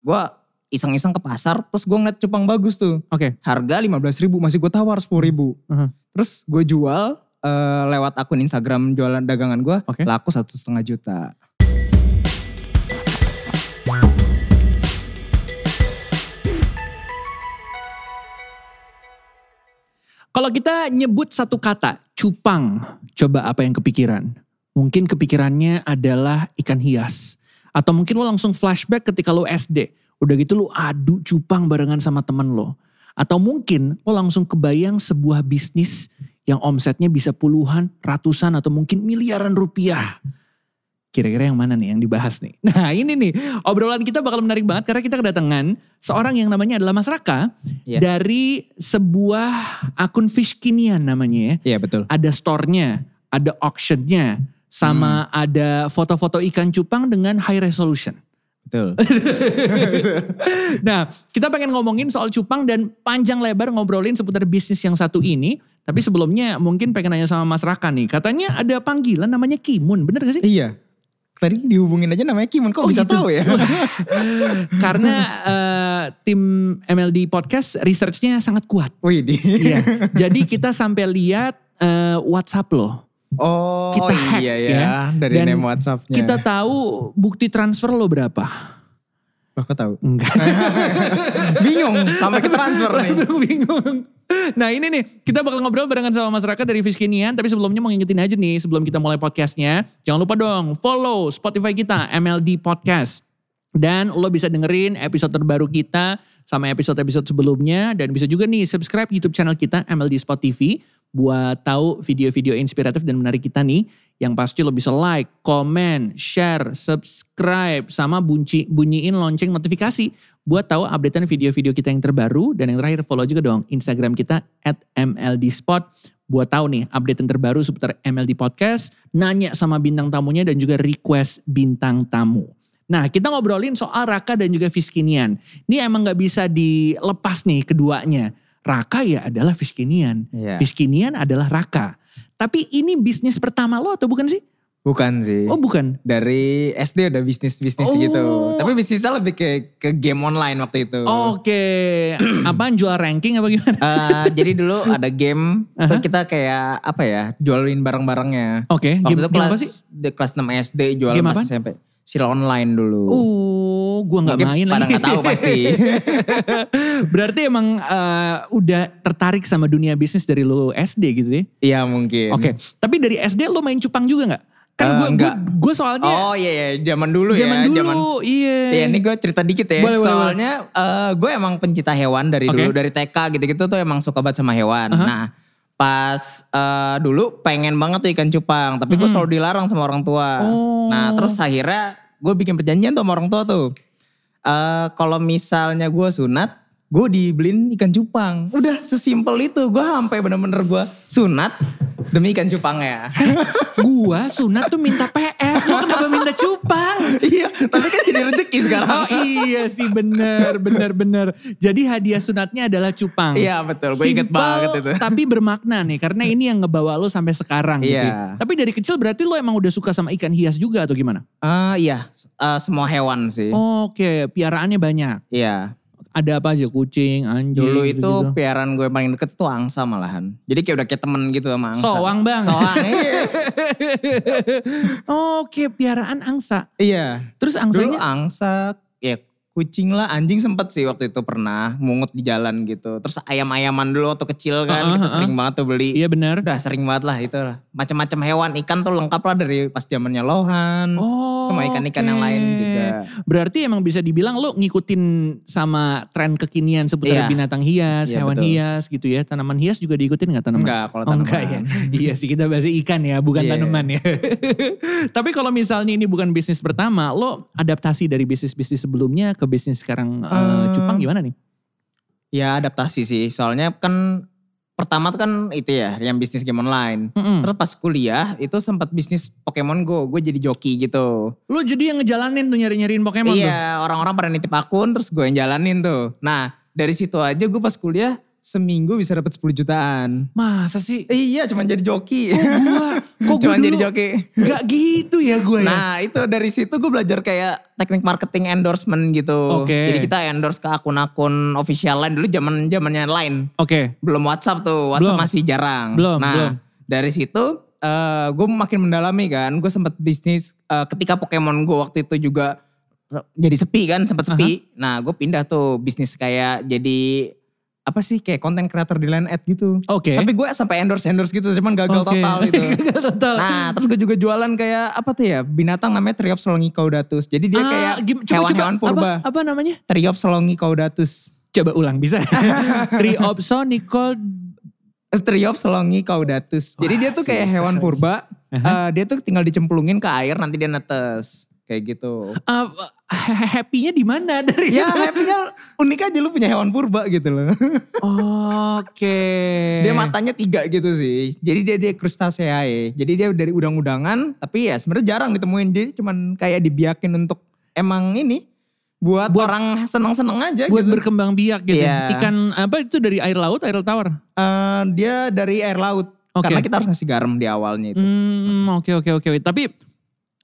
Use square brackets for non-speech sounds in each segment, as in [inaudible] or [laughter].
Gue iseng-iseng ke pasar, terus gue ngeliat cupang bagus tuh. Oke. Harga 15.000 ribu, masih gue tawar 10.000 ribu. Aha. Terus gue jual eh, lewat akun Instagram jualan dagangan gue, Oke. laku satu setengah juta. Kalau kita nyebut satu kata, cupang, coba apa yang kepikiran? Mungkin kepikirannya adalah ikan hias. Atau mungkin lo langsung flashback ketika lo SD. Udah gitu lo adu cupang barengan sama temen lo. Atau mungkin lo langsung kebayang sebuah bisnis yang omsetnya bisa puluhan, ratusan, atau mungkin miliaran rupiah. Kira-kira yang mana nih yang dibahas nih? [laughs] Nah ini nih, obrolan kita bakal menarik banget karena kita kedatangan seorang yang namanya adalah Mas Raka Iya. dari sebuah akun Fishkinian namanya ya. Iya betul. Ada store-nya, ada auction-nya, sama ada foto-foto ikan cupang dengan high resolution. [laughs] Betul. Nah, kita pengen ngomongin soal cupang dan panjang lebar ngobrolin seputar bisnis yang satu ini. Tapi sebelumnya mungkin pengen nanya sama Mas Raka nih. Katanya ada panggilan namanya Kimun, [laughs] bener gak sih? iya. Tadi dihubungin aja namanya Kimon, kok Oh, bisa gitu? tahu ya? [laughs] Karena eh, tim MLD Podcast research-nya sangat kuat. Wih, di. Iya. Jadi kita sampai lihat eh, WhatsApp loh. Oh Kita hack, iya ya. dari Dan name WhatsApp-nya. Kita tahu bukti transfer lo berapa? Loh, kok tahu? Enggak. Bingung, sampai ke [laughs] transfer nih. Langsung bingung. Nah ini nih, kita bakal ngobrol barengan sama Mas Raka dari Fiskinian. Tapi sebelumnya mau ngingetin aja nih, sebelum kita mulai podcastnya. Jangan lupa dong, follow Spotify kita, MLD Podcast. Dan lo bisa dengerin episode terbaru kita sama episode-episode sebelumnya. Dan bisa juga nih subscribe YouTube channel kita, MLD Spot TV. Buat tahu video-video inspiratif dan menarik kita nih. Yang pasti lo bisa like, komen, share, subscribe, sama bunci, bunyiin lonceng notifikasi buat tahu updatean video-video kita yang terbaru. Dan yang terakhir follow juga dong Instagram kita at MLDspot buat tahu nih update yang terbaru seputar MLD Podcast, nanya sama bintang tamunya dan juga request bintang tamu. Nah kita ngobrolin soal Raka dan juga Fiskinian. Ini emang nggak bisa dilepas nih keduanya. Raka ya adalah Fiskinian. Iya. Fiskinian adalah Raka. Tapi ini bisnis pertama lo atau bukan sih? Bukan sih. Oh bukan. Dari SD udah bisnis-bisnis Oh. Oh. gitu. Tapi bisnisnya lebih ke ke game online waktu itu. Oke. [clears throat] Apaan jual ranking apa gimana? Eh, jadi dulu ada game [laughs] Uh-huh. tuh kita kayak apa ya jualin barang-barangnya. Oke. Waktu game- itu game kelas apa sih? de- kelas 6 SD jualan Game pas apaan? SMP. Sila online dulu. Oh, gue nggak Gitu. Mungkin main pada lagi. nggak tahu pasti. [laughs] Berarti emang eh, udah tertarik sama dunia bisnis dari lu SD gitu ya? Iya mungkin. Oke, tapi dari SD lu main cupang juga nggak? Kan Eh, gue nggak. gue soalnya Oh iya iya zaman dulu ya. zaman dulu, Zaman iya. Iya ini [laughs] gue cerita dikit ya. Boleh, boleh, Soalnya eh, gue emang pencinta hewan dari Oke. dulu. Dari TK gitu-gitu tuh emang suka banget sama hewan. Aha. Nah pas eh, dulu pengen banget tuh ikan cupang. Tapi gue Mhm. selalu dilarang sama orang tua. Oh. Nah terus akhirnya gue bikin perjanjian tuh sama orang tua tuh. Eh Kalau misalnya gue sunat. Gue dibeliin ikan cupang. Udah sesimpel itu. Gue sampai bener-bener gue sunat demi ikan cupang ya. Gua sunat tuh minta PS, lu kenapa minta [laughs] cupang? [laughs] iya, tapi kan jadi rezeki sekarang. [laughs] Oh iya sih bener, bener, bener. Jadi hadiah sunatnya adalah cupang. Iya betul, gue inget Simple, banget itu. [laughs] Tapi bermakna nih karena ini yang ngebawa lo sampai sekarang gitu. Iya. Tapi dari kecil berarti lo emang udah suka sama ikan hias juga atau gimana? Ah iya, Eh, semua hewan sih. Oh. Oke, piaraannya banyak. Iya. Ada apa aja? Kucing, anjing. Dulu itu Iya, gitu-gitu. piaran gue paling deket tuh angsa malahan. Jadi kayak udah kayak temen gitu sama angsa. Soang bang. Soang. iya. [laughs] Oke, piaraan angsa. iya. Terus Dulu angsanya angsa ya kucing lah anjing sempet sih waktu itu pernah mungut di jalan gitu. Terus ayam-ayaman dulu waktu kecil kan Heeh, kita heeh. sering banget tuh beli. iya benar. Udah sering banget lah itu lah. Macam-macam hewan ikan tuh lengkap lah dari pas zamannya lohan. Oh. Hmm, Sama ikan-ikan yang oke. lain juga. Berarti emang bisa dibilang lo ngikutin sama tren kekinian seputar Iya. binatang hias, Iya, hewan betul. hias gitu ya. Tanaman hias juga diikutin nggak tanaman? Enggak kalau Oh, tanaman. enggak ya. iya sih kita bahas ikan ya, bukan Iya. tanaman ya. [laughs] Tapi kalau misalnya ini bukan bisnis pertama, lo adaptasi dari bisnis-bisnis sebelumnya ke bisnis sekarang eh, Eh, cupang gimana nih? Ya adaptasi sih. Soalnya kan pertama tuh kan itu ya yang bisnis game online. Mm-mm. Terus pas kuliah itu sempat bisnis Pokemon Go. Gue jadi joki gitu. Lo jadi yang ngejalanin tuh nyari-nyariin Pokemon tuh? iya orang-orang pada nitip akun terus gue yang jalanin tuh. Nah dari situ aja gue pas kuliah seminggu bisa dapat 10 jutaan. [laughs] Masa sih? Iya, cuman jadi joki. Gua, kok Oh, gua [laughs] cuman jadi dulu joki. gak gitu ya gue ya? Nah itu dari situ gue belajar kayak teknik marketing endorsement gitu. Oke. Jadi kita endorse ke akun-akun official lain dulu zaman zamannya lain. Oke, Belum WhatsApp tuh, WhatsApp Belum. masih jarang. Belum, nah belum. dari situ gue makin mendalami kan. Gue sempet bisnis eh, ketika Pokemon gue waktu itu juga jadi sepi kan, sempat sepi. Nah gue pindah tuh bisnis kayak jadi apa sih kayak konten creator di line ad gitu. oke. Tapi gue sampai endorse endorse gitu, cuman gagal Oke. total gitu. [laughs] Gagal total. Nah, terus gue juga jualan kayak apa tuh ya? Binatang namanya Triops solongicaudatus. Jadi dia Ah, kayak gim- coba- hewan-hewan coba, purba. Apa, apa namanya? Triops solongicaudatus. Coba ulang [laughs] bisa. Triopsonicol. Triops solongicaudatus. Jadi Wah, dia tuh kayak susah Uh-huh. hewan lagi. purba. Aha. Eh, dia tuh tinggal dicemplungin ke air nanti dia netes. Kayak [laughs] gitu. Uh, happy-nya di mana dari? ya happy-nya unik aja lu punya hewan purba gitu loh. Oke. Dia matanya tiga gitu sih. Jadi dia dia crustaceae. Jadi dia dari udang-udangan. Tapi ya sebenarnya jarang ditemuin. Dia cuman kayak dibiakin untuk emang ini. Buat, Buat- orang seneng-seneng aja buat gitu. berkembang biak gitu. Iya. Ikan apa itu dari air laut, air tawar? Eh, dia dari air laut. Oke. Karena kita harus ngasih garam di awalnya itu. Hmm, oke oke oke. Tapi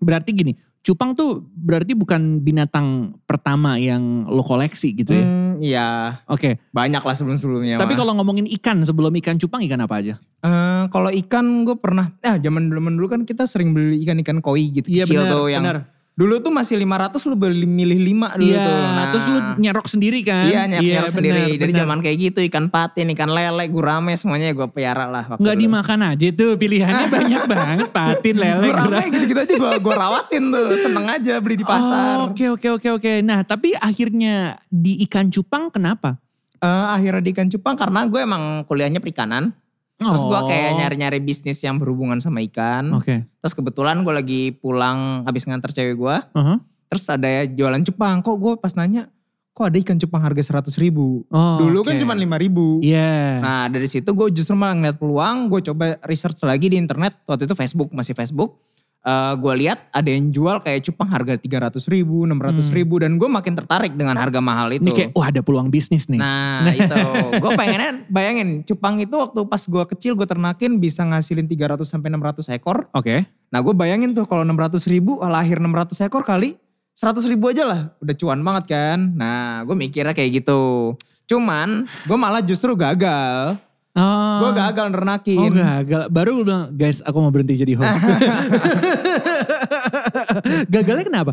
berarti gini, cupang tuh berarti bukan binatang pertama yang lo koleksi gitu ya. Hmm, Iya, Oke. banyak lah sebelum-sebelumnya. Tapi mah. kalau ngomongin ikan, sebelum ikan cupang ikan apa aja? Eh, kalau ikan gue pernah, ah zaman dulu dulu kan kita sering beli ikan-ikan koi gitu kecil Iya, benar, tuh yang benar. dulu tuh masih 500 lu beli milih 5 dulu Iya, tuh. Nah, terus lu nyerok sendiri kan? Iya, nyerok benar, sendiri. Dari benar. zaman kayak gitu ikan patin, ikan lele, gurame semuanya gue piara lah waktu Nggak dulu. dimakan aja tuh [laughs] pilihannya banyak banget patin lele Gurame gurame. gitu-gitu aja gue gua rawatin [laughs] tuh, seneng aja beli di Oh, pasar. Oke oke oke oke. Nah tapi akhirnya di ikan cupang kenapa? Eh, akhirnya di ikan cupang karena gue emang kuliahnya perikanan. Terus gue kayak Oh, nyari-nyari bisnis yang berhubungan sama ikan. Oke. Terus kebetulan gue lagi pulang habis nganter cewek gue. Aha. Terus ada ya jualan cupang. Kok gue pas nanya, kok ada ikan cupang harga 100 ribu? Oh, Dulu kan oke. cuma 5 ribu. Iya. Nah dari situ gue justru malah ngeliat peluang. Gue coba research lagi di internet. Waktu itu Facebook, masih Facebook. Eh gue lihat ada yang jual kayak cupang harga 300 ribu, 600 Hmm. ribu. Dan gue makin tertarik dengan harga mahal itu. Ini kayak wah ada peluang bisnis nih. [laughs] Nah itu, gue pengennya bayangin cupang itu waktu pas gue kecil gue ternakin bisa ngasilin 300 sampai 600 ekor. Oke. Nah gue bayangin tuh kalau 600 ribu lahir 600 ekor kali 100 ribu aja lah udah cuan banget kan. Nah gue mikirnya kayak gitu. Cuman gue malah justru gagal. Oh. Gue gagal nernakin. Oh gagal. Baru gue bilang guys aku mau berhenti jadi [laughs] host. Gagalnya kenapa?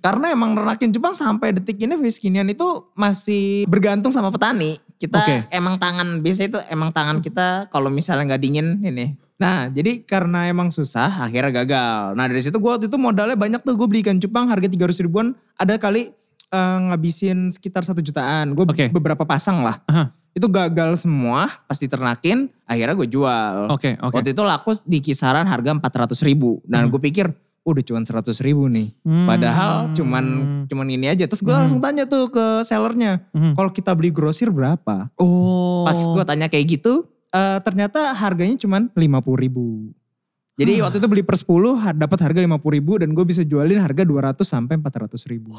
Karena emang nernakin cupang sampai detik ini fiskinian itu masih bergantung sama petani. Kita Oke. emang tangan biasanya itu emang tangan kita kalau misalnya nggak dingin ini. Nah jadi karena emang susah akhirnya gagal. Nah dari situ gue waktu itu modalnya banyak tuh gue beli ikan cupang harga 300 ribuan ada kali eh, ngabisin sekitar satu jutaan. Gue Oke. beberapa pasang lah. Aha. Itu gagal semua pasti ternakin akhirnya gue jual. Oh, Oke oke. Waktu itu laku di kisaran harga 400 ribu. Dan Hmm. gue pikir udah cuman 100 ribu nih. Hmm. Padahal cuman cuman ini aja. Terus gue Hmm. langsung tanya tuh ke sellernya, Hmm. kalau kita beli grosir berapa? Oh. Pas gue tanya kayak gitu, eh, ternyata harganya cuman 50 ribu. Jadi Hah. waktu itu beli per 10 har- dapat harga 50 ribu dan gue bisa jualin harga 200 sampai 400 ribu.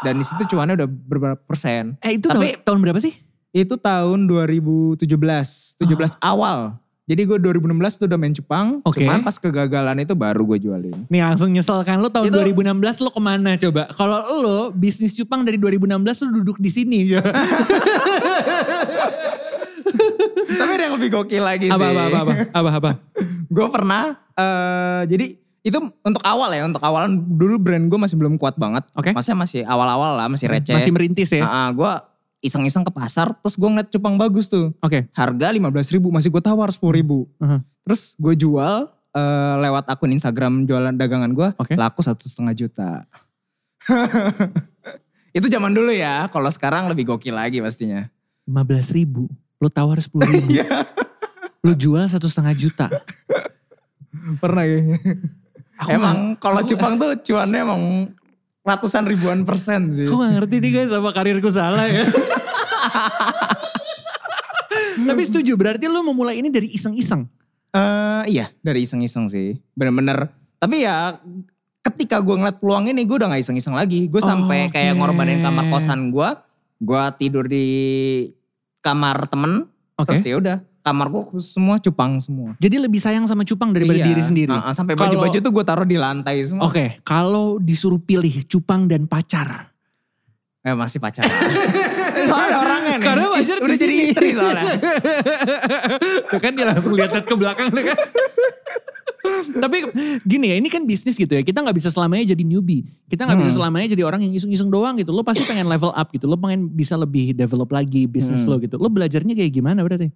Dan di situ cuannya udah berapa persen. Eh itu Tapi- tahun, tahun berapa sih? Itu tahun 2017, 17 awal. Jadi gue 2016 tuh udah main Jepang, Oke. cuman pas kegagalan itu baru gue jualin. Nih langsung nyeselkan lo tahun Itu- 2016 lo kemana coba? Kalau lo bisnis cupang dari 2016 lo duduk di sini. ya. coba. [laughs] Tapi ada yang lebih gokil lagi apa, sih. apa apa apa apa [laughs] apa. gue pernah eh jadi itu untuk awal ya untuk awalan dulu brand gue masih belum kuat banget Oke. maksudnya masih awal-awal lah masih receh Masih merintis ya. gue iseng-iseng ke pasar terus gue ngeliat cupang bagus tuh Oke. harga 15.000 ribu masih gue tawar 10.000 ribu Aha. terus gue jual eh, lewat akun Instagram jualan dagangan gue Oke. laku satu setengah juta [laughs] itu zaman dulu ya kalau sekarang lebih gokil lagi pastinya 15 ribu. Lo tawar 10 [laughs] ribu. Lo jual satu setengah juta. pernah ya Aku nggak- Emang kalau aku- Jepang tuh cuannya emang ratusan ribuan persen sih. Aku gak ngerti nih guys apa karirku salah ya. [laughs] Tapi setuju, berarti lu memulai ini dari iseng-iseng. Eh, iya dari iseng-iseng sih. Bener-bener. Tapi ya ketika gue ngeliat peluang ini gue udah gak iseng-iseng lagi. Gue sampai Oh, Oke. kayak ngorbanin kamar kosan gue. Gue tidur di kamar temen. Oke. Terus ya udah kamar gua semua cupang semua. Jadi lebih sayang sama cupang daripada Iya. diri sendiri. Ah, ah, sampai Kalau- Oh. baju-baju tuh gue taruh di lantai semua. Oke, kalau disuruh pilih cupang dan pacar. Eh masih pacaran. [laughs] soalnya orangnya nih. Karena Is- pacar di udah jadi sini. istri [laughs] soalnya. Tuh kan dia langsung lihat ke belakang tuh kan. Tapi gini ya, ini kan bisnis gitu ya. Kita nggak bisa selamanya jadi newbie. Kita nggak bisa Hmm. selamanya jadi orang yang iseng-iseng doang gitu. Lo pasti pengen level up gitu. Lo pengen bisa lebih develop lagi bisnis Hmm. lo gitu. Lo belajarnya kayak gimana berarti?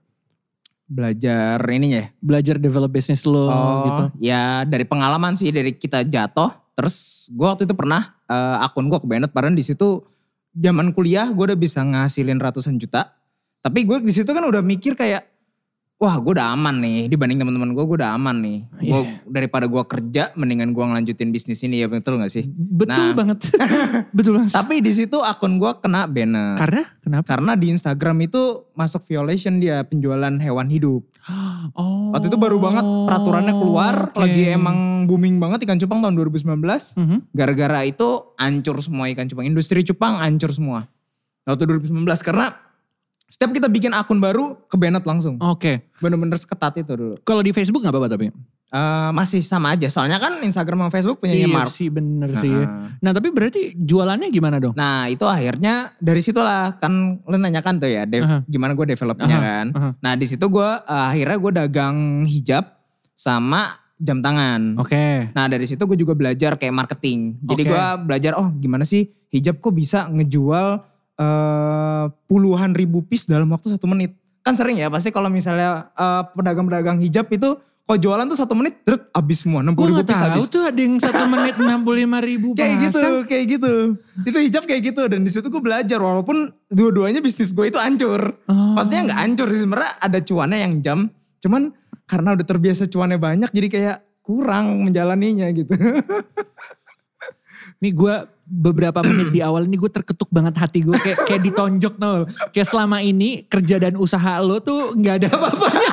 Belajar ininya ya. Belajar develop bisnis lo gitu. Ya dari pengalaman sih dari kita jatuh. Terus gue waktu itu pernah eh, akun gue kebenet. Padahal di situ zaman kuliah gue udah bisa ngasilin ratusan juta. Tapi gue di situ kan udah mikir kayak wah gue udah aman nih dibanding teman-teman gue gue udah aman nih. Gua, Iya. Daripada gue kerja mendingan gue ngelanjutin bisnis ini ya betul gak sih? Betul Nah. [laughs] banget. Betul banget. Tapi di situ akun gue kena banner. Karena kenapa? Karena di Instagram itu masuk violation dia penjualan hewan hidup. Oh. Waktu itu baru banget peraturannya keluar, oke. lagi emang booming banget ikan cupang tahun 2019. Mhm. Gara-gara itu hancur semua ikan cupang, industri cupang hancur semua. Waktu 2019 karena setiap kita bikin akun baru ke banned langsung. Oke. Bener-bener seketat itu dulu. Kalau di Facebook nggak apa-apa tapi. Eh, masih sama aja, soalnya kan Instagram sama Facebook punya iya Mark. sih bener sih. Heeh. Nah tapi berarti jualannya gimana dong? Nah itu akhirnya dari situlah kan lu nanyakan tuh ya dev- Aha. gimana gue developnya Aha, kan. aha. Nah di situ gue eh, akhirnya gue dagang hijab sama jam tangan. Oke. Nah dari situ gue juga belajar kayak marketing. Jadi Oke. gue belajar oh gimana sih hijab kok bisa ngejual eh, puluhan ribu piece dalam waktu satu menit. Kan sering ya pasti kalau misalnya eh, pedagang-pedagang hijab itu kok jualan tuh satu menit terus habis semua 60 Gue ribu gak piece tahu habis. tuh ada yang 1 menit 65 ribu [laughs] Kayak gitu, pasang. kayak gitu. Itu hijab kayak gitu dan di situ gue belajar walaupun dua-duanya bisnis gue itu hancur. Oh. Pastinya nggak hancur sih sebenarnya ada cuannya yang jam. Cuman karena udah terbiasa cuannya banyak jadi kayak kurang menjalaninya gitu. Nih gue beberapa menit di awal ini gue terketuk banget hati gue. Kayak, kayak ditonjok tau. Kayak selama ini kerja dan usaha lo tuh gak ada apa-apanya.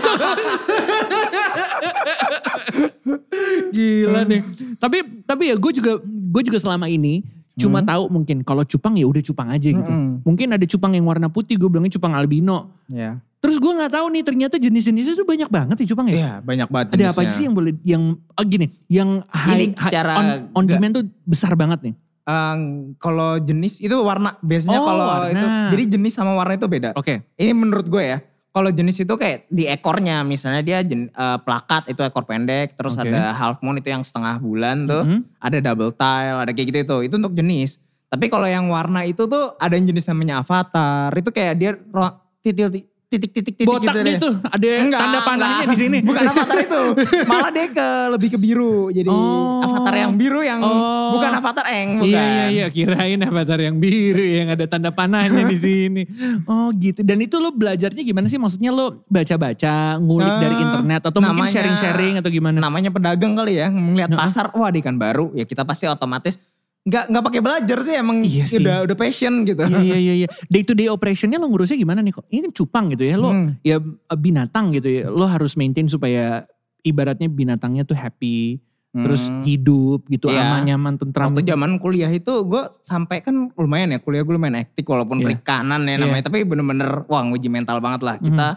Gila Hmm. nih. Tapi tapi ya gue juga gue juga selama ini cuma Hmm. tahu mungkin kalau cupang ya udah cupang aja gitu. Mm-mm. Mungkin ada cupang yang warna putih gue bilangnya cupang albino. Ya. Terus gue nggak tahu nih ternyata jenis-jenisnya tuh banyak banget ya cupang ya. Iya, banyak banget Ada apa aja sih yang boleh yang ah, gini, yang Ini high, secara high- on, on nggak- demand tuh besar banget nih. kalau jenis itu warna biasanya Oh, kalau itu warna. jadi jenis sama warna itu beda. Oke. Ini menurut gue ya. Kalau jenis itu kayak di ekornya misalnya dia jen- eh, plakat itu ekor pendek, terus Oke. ada half moon itu yang setengah bulan tuh. Mhm. ada double tile, ada kayak gitu itu. Itu untuk jenis. Tapi kalau yang warna itu tuh ada yang jenis namanya avatar. Itu kayak dia ro- titil titik titik titik Botak gitu deh. dia tuh, ada Enggak, tanda panahnya enggak. di sini. [laughs] Bukan avatar itu. Malah dia ke lebih ke biru. Jadi Oh. avatar yang biru yang Oh. bukan avatar eng, bukan. Iya iya iya kirain avatar yang biru yang ada tanda panahnya di sini. Oh gitu. Dan itu lo belajarnya gimana sih? Maksudnya lo baca-baca, ngulik Eh, dari internet atau mungkin namanya- sharing-sharing atau gimana? Namanya pedagang kali ya, melihat Nah. pasar, wah ada ikan baru, ya kita pasti otomatis nggak nggak pakai belajar sih emang Iya sih. udah udah passion gitu. Iya iya iya iya. Day to day operationnya lo ngurusnya gimana nih kok? Ini kan cupang gitu ya. Lo Hmm. ya binatang gitu ya. Lo harus maintain supaya ibaratnya binatangnya tuh happy, terus Hmm. hidup gitu, Iya. aman nyaman tentram. gitu. Waktu zaman kuliah itu gue sampai kan lumayan ya kuliah gue lumayan aktif walaupun Iya. perikanan ya Iya. Hmm. namanya tapi bener-bener wah nguji mental banget lah kita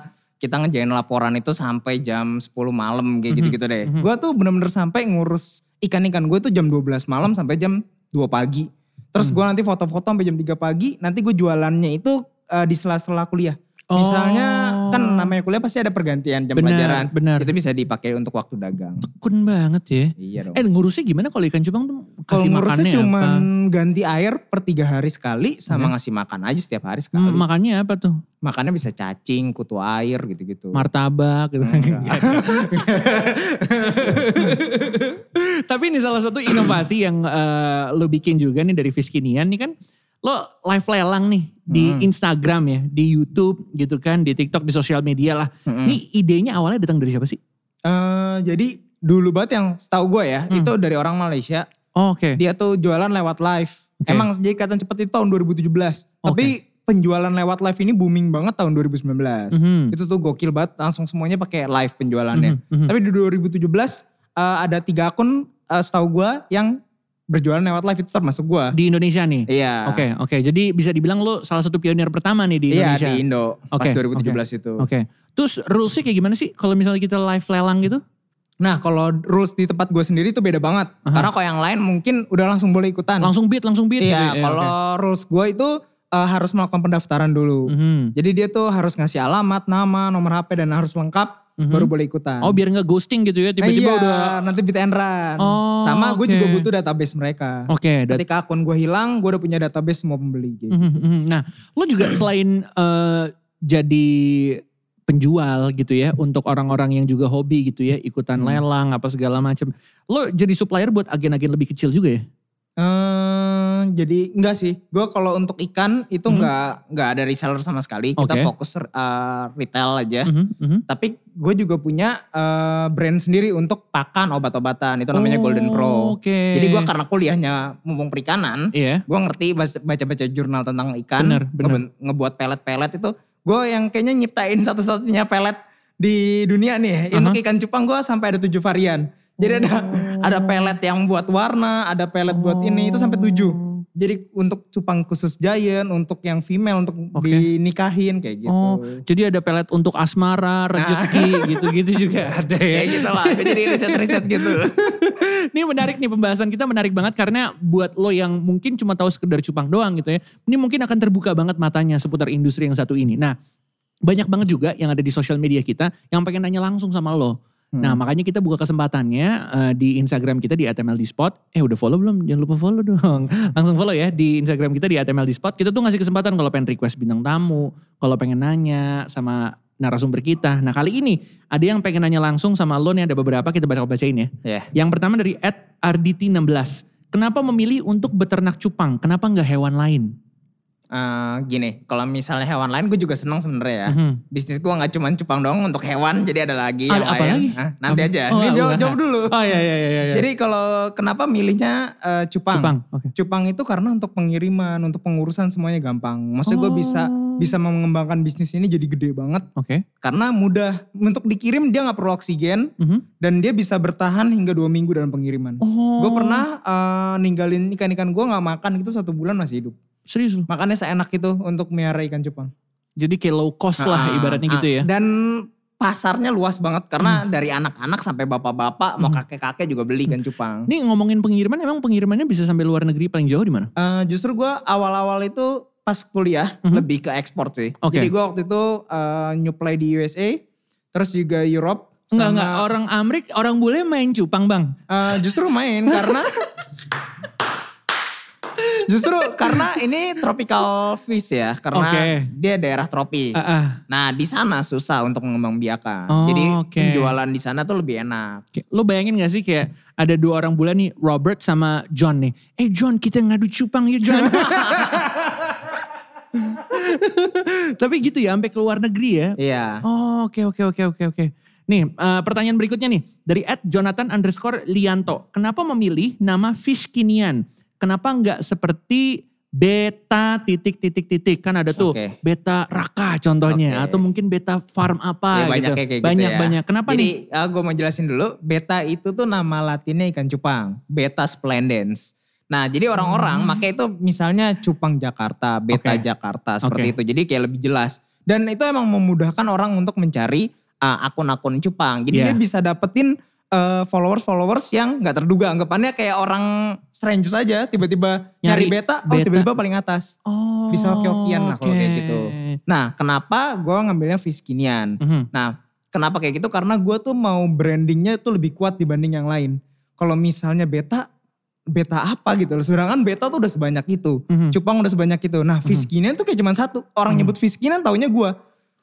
kita ngejain laporan itu sampai jam 10 malam kayak Mhm. gitu-gitu deh. Mhm. Gue tuh bener-bener sampai ngurus ikan-ikan gue tuh jam 12 malam sampai jam 2 pagi. Terus Hmm. gue nanti foto-foto sampai jam 3 pagi, nanti gue jualannya itu eh, di sela-sela kuliah. Oh. Misalnya kan namanya kuliah pasti ada pergantian jam pelajaran. benar, benar. Itu bisa dipakai untuk waktu dagang. tekun banget ya. Iya dong. Eh ngurusnya gimana kalau ikan cupang tuh Kalau kasih ngurusnya makannya cuman apa? Iya. ganti air per tiga hari sekali sama ngasih makan aja setiap hari sekali. Hmm, makannya apa tuh? Makannya bisa cacing, kutu air gitu-gitu. Martabak gitu. Enggak. [laughs] Tapi ini salah satu inovasi yang eh, lo bikin juga nih dari Fiskinian nih kan. Lo live lelang nih di Hmm. Instagram ya, di Youtube gitu kan, di TikTok, di sosial media lah. Mm-mm. Ini idenya awalnya datang dari siapa sih? Eh, jadi dulu banget yang setahu gue ya, Hmm. itu dari orang Malaysia. Oh, Oke. Dia tuh jualan lewat live. Oke. Emang jadi kelihatan cepet itu tahun 2017. Tapi penjualan lewat live ini booming banget tahun 2019. Mhm. Itu tuh gokil banget langsung semuanya pakai live ya. Mm-hmm. penjualannya. Mhm, mhm. Tapi di 2017 eh, ada tiga akun eh, setahu gue yang berjualan lewat live itu termasuk gue. di Indonesia nih. Iya. Oke, oke. Jadi bisa dibilang lo salah satu pionir pertama nih di Iya Indonesia. di Indo Oke, pas 2017 itu. Oke. Terus rules-nya kayak gimana sih kalau misalnya kita live lelang gitu? Nah kalau rules di tempat gue sendiri itu beda banget. Aha. Karena kalau yang lain mungkin udah langsung boleh ikutan. Langsung beat, langsung beat Kan. Iya gitu. ya, kalau oke. rules gue itu eh, harus melakukan pendaftaran dulu. Mhm, Jadi dia tuh harus ngasih alamat, nama, nomor HP dan harus lengkap mhm. baru boleh ikutan. Oh biar nggak ghosting gitu ya tiba-tiba Iya, udah. nanti beat and run. Oh, Sama gue juga oke. Oh butuh database mereka. Oke. dat- Ketika akun gue hilang, gue udah punya database semua pembeli. gitu. Mhm, mhm. Nah lo juga selain eh, jadi penjual gitu ya untuk orang-orang yang juga hobi gitu ya ikutan Hmm. lelang apa segala macam. Lo jadi supplier buat agen-agen lebih kecil juga ya? Eh, jadi enggak sih, gue kalau untuk ikan itu Mhm. enggak enggak ada reseller sama sekali. Kita Oke. fokus eh, retail aja. Mhm, mhm. Tapi gue juga punya eh, brand sendiri untuk pakan obat-obatan. Itu namanya Oh, Golden Pro. Oke. Jadi gue karena kuliahnya mumpung perikanan, Iya. gue ngerti bas- baca-baca jurnal tentang ikan, Bener, bener. ngeben- ngebuat pelet-pelet itu. Gue yang kayaknya nyiptain satu-satunya pelet di dunia nih. ya. Untuk ikan cupang gue sampai ada tujuh varian. Jadi ada ada Hmm. pelet yang buat warna, ada pelet buat ini, itu Oh. sampai tujuh. Jadi untuk cupang khusus giant, untuk yang female, untuk Oke. dinikahin kayak gitu. Oh, Jadi ada pelet untuk asmara, rezeki Nah. gitu-gitu [laughs] juga ada ya. [laughs] Kayak gitu lah, aku jadi riset-riset gitu. Ini menarik nih pembahasan kita menarik banget karena buat lo yang mungkin cuma tahu sekedar cupang doang gitu ya. Ini mungkin akan terbuka banget matanya seputar industri yang satu ini. Nah banyak banget juga yang ada di sosial media kita yang pengen nanya langsung sama lo. Nah Hmm. makanya kita buka kesempatannya eh, di Instagram kita di ATML di Spot. Eh udah follow belum? Jangan lupa follow dong. [laughs] Langsung follow ya di Instagram kita di ATML di Spot. Kita tuh ngasih kesempatan kalau pengen request bintang tamu. Kalau pengen nanya sama narasumber kita. Nah kali ini ada yang pengen nanya langsung sama lo nih ada beberapa kita baca-bacain ya. ya. Yang pertama dari @arditi16. Kenapa memilih untuk beternak cupang? Kenapa nggak hewan lain? Eh, gini, kalau misalnya hewan lain gue juga seneng sebenarnya ya. Mhm. bisnis gua nggak cuma cupang doang untuk hewan jadi ada lagi Ada yang apa lain lagi? Hah, nanti Apa? aja Oh, ini ah, jawab, udah. jawab dulu Oh iya iya iya. iya. jadi kalau kenapa milihnya eh, cupang? cupang cupang. Oke. itu karena untuk pengiriman untuk pengurusan semuanya gampang maksudnya gua Oh. bisa bisa mengembangkan bisnis ini jadi gede banget Oke. karena mudah untuk dikirim dia nggak perlu oksigen Mhm. dan dia bisa bertahan hingga dua minggu dalam pengiriman Oh. Gue pernah eh, ninggalin ikan-ikan gua nggak makan gitu satu bulan masih hidup. serius loh. Makanya seenak itu untuk miara ikan cupang. Jadi kayak low cost lah Ah, ibaratnya ah, gitu ya. Dan pasarnya luas banget karena dari anak-anak sampai bapak-bapak mau Hmm. kakek-kakek juga beli kan cupang. Ini ngomongin pengiriman emang pengirimannya bisa sampai luar negeri paling jauh di mana? Eh, justru gua awal-awal itu pas kuliah Mhm. lebih ke ekspor sih. Oke. Jadi gue waktu itu eh, nyuplai di USA, terus juga Europe. Enggak Oh, sama- enggak orang Amrik, orang bule main cupang, Bang. Eh, justru main karena justru karena ini tropical fish ya karena Oke. dia daerah tropis. Ah, ah. Nah di sana susah untuk mengembangbiakan. Oh, Jadi oke. penjualan di sana tuh lebih enak. Kayak, Lo bayangin gak sih kayak ada dua orang bule nih Robert sama John nih. Eh John kita ngadu cupang ya John. [laughs] Tapi gitu ya sampai ke luar negeri ya. Iya. Oh oke oke oke oke oke. Nih eh, pertanyaan berikutnya nih. Dari at Jonathan underscore Lianto. Kenapa memilih nama fish kinian? Kenapa nggak seperti beta titik titik titik. Kan ada tuh Oke. beta raka contohnya. Oke. Atau mungkin beta farm Ya, apa banyak gitu. kayak gitu banyak ya. banyak. Kenapa nih? Jadi gue mau jelasin dulu, beta itu tuh nama latinnya ikan cupang, beta splendens. Nah jadi orang-orang pakai itu misalnya cupang Jakarta, beta Hmm. Oke. Jakarta seperti Oke. itu. Jadi kayak lebih jelas. Dan itu emang memudahkan orang untuk mencari uh, akun-akun cupang. Jadi Iya. dia bisa dapetin uh, followers-followers yang nggak terduga. Anggapannya kayak orang strangers aja, tiba-tiba nyari, Nyari beta, oh beta. tiba-tiba paling atas. Oh. Bisa hoki-hokian lah kalau kayak oke. gitu. Nah kenapa gue ngambilnya fish kinian? Mhm. Nah, kenapa kayak gitu? Karena gue tuh mau brandingnya tuh lebih kuat dibanding yang lain. Kalau misalnya beta, beta apa gitu loh. Sedangkan beta tuh udah sebanyak itu. Mhm. Cupang udah sebanyak itu. Hmm. Nah, fiskinen tuh kayak cuman satu. Orang nyebut fiskinen taunya gue.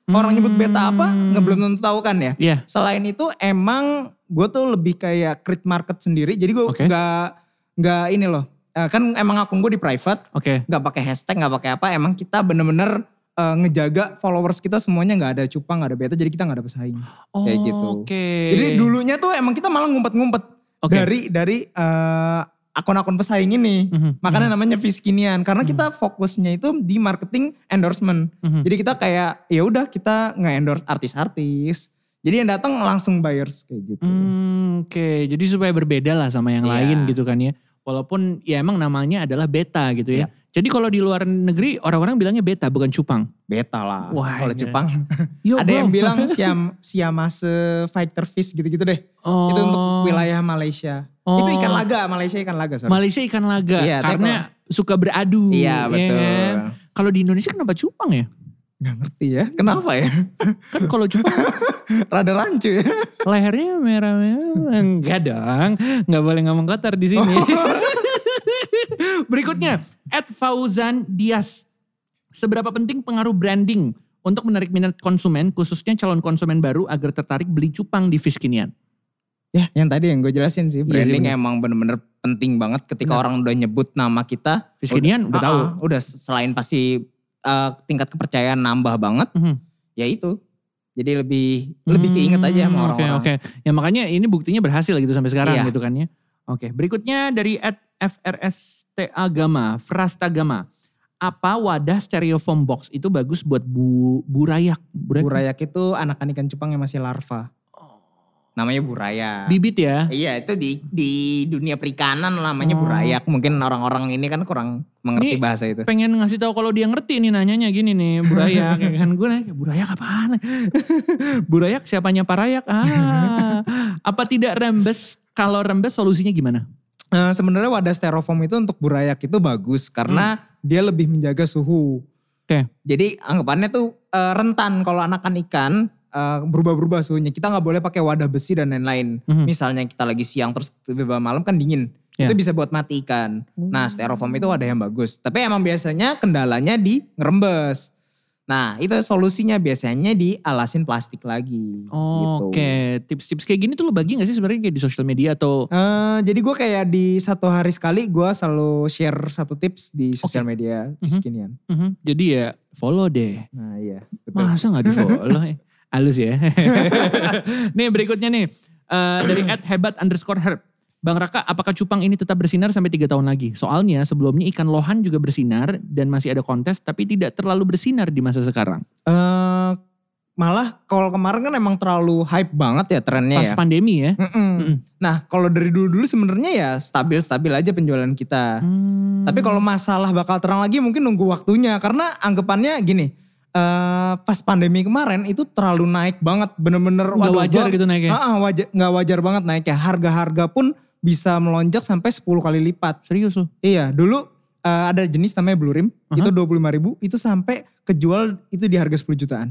Orang nyebut beta apa, nggak belum tentu tahu kan ya. Hmm. Iya. Selain itu emang gue tuh lebih kayak create market sendiri. Jadi gue Oke. nggak nggak ini loh. Eh, Kan emang akun gue di private Oke. nggak pakai hashtag nggak pakai apa emang kita bener-bener eh, ngejaga followers kita semuanya nggak ada cupang nggak ada beta jadi kita nggak ada pesaing Kayak gitu. Oh, Oke. jadi dulunya tuh emang kita malah ngumpet-ngumpet Oke. dari dari eh, akun-akun pesaing ini Mhm. makanya namanya fiskinian karena Hmm. kita fokusnya itu di marketing endorsement Mhm. jadi kita kayak ya udah kita nge endorse artis-artis jadi yang datang langsung buyers kayak gitu Hmm, Oke. Jadi Hmm, supaya berbeda lah sama yang Iya. lain gitu kan ya. Walaupun ya emang namanya adalah beta gitu Iya. ya. Jadi kalau di luar negeri orang-orang bilangnya beta bukan cupang. Beta lah. Wah, Kalau iya. Jepang Yo, ada bro. yang [laughs] bilang siam siamase fighter fish gitu-gitu deh. Oh. Itu untuk wilayah Malaysia. Itu ikan Oh. laga, Malaysia ikan laga. sorry. Malaysia ikan laga Iya, tapi karena suka beradu. Iya ya betul. kan? Kalau di Indonesia kenapa cupang ya? Gak ngerti ya. Kenapa ya? [laughs] Kan kalau cupang [laughs] Rada rancu ya. lehernya merah-merah. Enggak dong. Enggak boleh ngomong kotor di sini. [laughs] Berikutnya, Ed Fauzan Dias. Seberapa penting pengaruh branding untuk menarik minat konsumen, khususnya calon konsumen baru agar tertarik beli cupang di Fiskinian? ya yang tadi yang gue jelasin sih. Iya sih, Branding bener. emang bener-bener penting banget ketika Bener. orang udah nyebut nama kita. Fiskinian udah Ah, tahu. ah, Udah selain pasti eh, tingkat kepercayaan nambah banget. Mhm. Ya itu. Jadi lebih lebih keinget aja sama Hmm, orang-orang. Oke, oke. Ya makanya ini buktinya berhasil gitu sampai sekarang Iya. gitu kan ya. Oke, berikutnya dari at FRST Agama, Frastagama. Apa wadah stereofoam box itu bagus buat bu, burayak? Burayak? Burayak itu anakan ikan cupang yang masih larva. Oh. Namanya burayak. Bibit ya? Iya itu di di dunia perikanan namanya Oh. burayak. Mungkin orang-orang ini kan kurang mengerti Ini bahasa itu. Pengen ngasih tahu kalau dia ngerti nih nanyanya gini nih, [laughs] burayak. ya kan gue nanya, burayak apaan? [laughs] burayak siapanya parayak? [laughs] Ah. Apa tidak rembes? Kalau rembes solusinya gimana? Eh, Sebenarnya wadah styrofoam itu untuk burayak itu bagus karena dia lebih menjaga suhu. Hmm. Oke. Jadi anggapannya tuh eh, rentan kalau anakan ikan eh, berubah-berubah suhunya. Kita nggak boleh pakai wadah besi dan lain-lain. Mhm. Misalnya kita lagi siang terus tiba-tiba malam kan dingin. Itu Iya. bisa buat mati ikan. Hmm. Nah, styrofoam itu wadah yang bagus. Tapi emang biasanya kendalanya di ngerembes. Nah, itu solusinya biasanya dialasin plastik lagi. Oh, gitu. Oke, tips-tips kayak gini tuh lo bagi gak sih sebenarnya kayak di sosial media atau Eh, jadi gue kayak di satu hari sekali gue selalu share satu tips di sosial media Fiskinian. Mhm, jadi ya follow deh. Nah iya betul. Masa gak di [laughs] follow? Halus ya. [laughs] nih berikutnya nih Eh, dari at hebat underscore herb. Bang Raka, apakah cupang ini tetap bersinar sampai 3 tahun lagi? Soalnya sebelumnya ikan lohan juga bersinar dan masih ada kontes tapi tidak terlalu bersinar di masa sekarang. Eh, malah kalau kemarin kan emang terlalu hype banget ya trennya Pas ya. pandemi ya. Mm-mm. Mm-mm. Nah kalau dari dulu-dulu sebenarnya ya stabil-stabil aja penjualan kita. Hmm. Tapi kalau masalah bakal terang lagi mungkin nunggu waktunya karena anggapannya gini. eh, pas pandemi kemarin itu terlalu naik banget bener-bener Nggak waduh, wajar gua- gitu naiknya. Ah, ah, wajar nggak wajar banget naiknya harga-harga pun bisa melonjak sampai 10 kali lipat Serius loh. iya dulu eh, ada jenis namanya blue rim Aha. itu 25.000 itu sampai kejual itu di harga 10 jutaan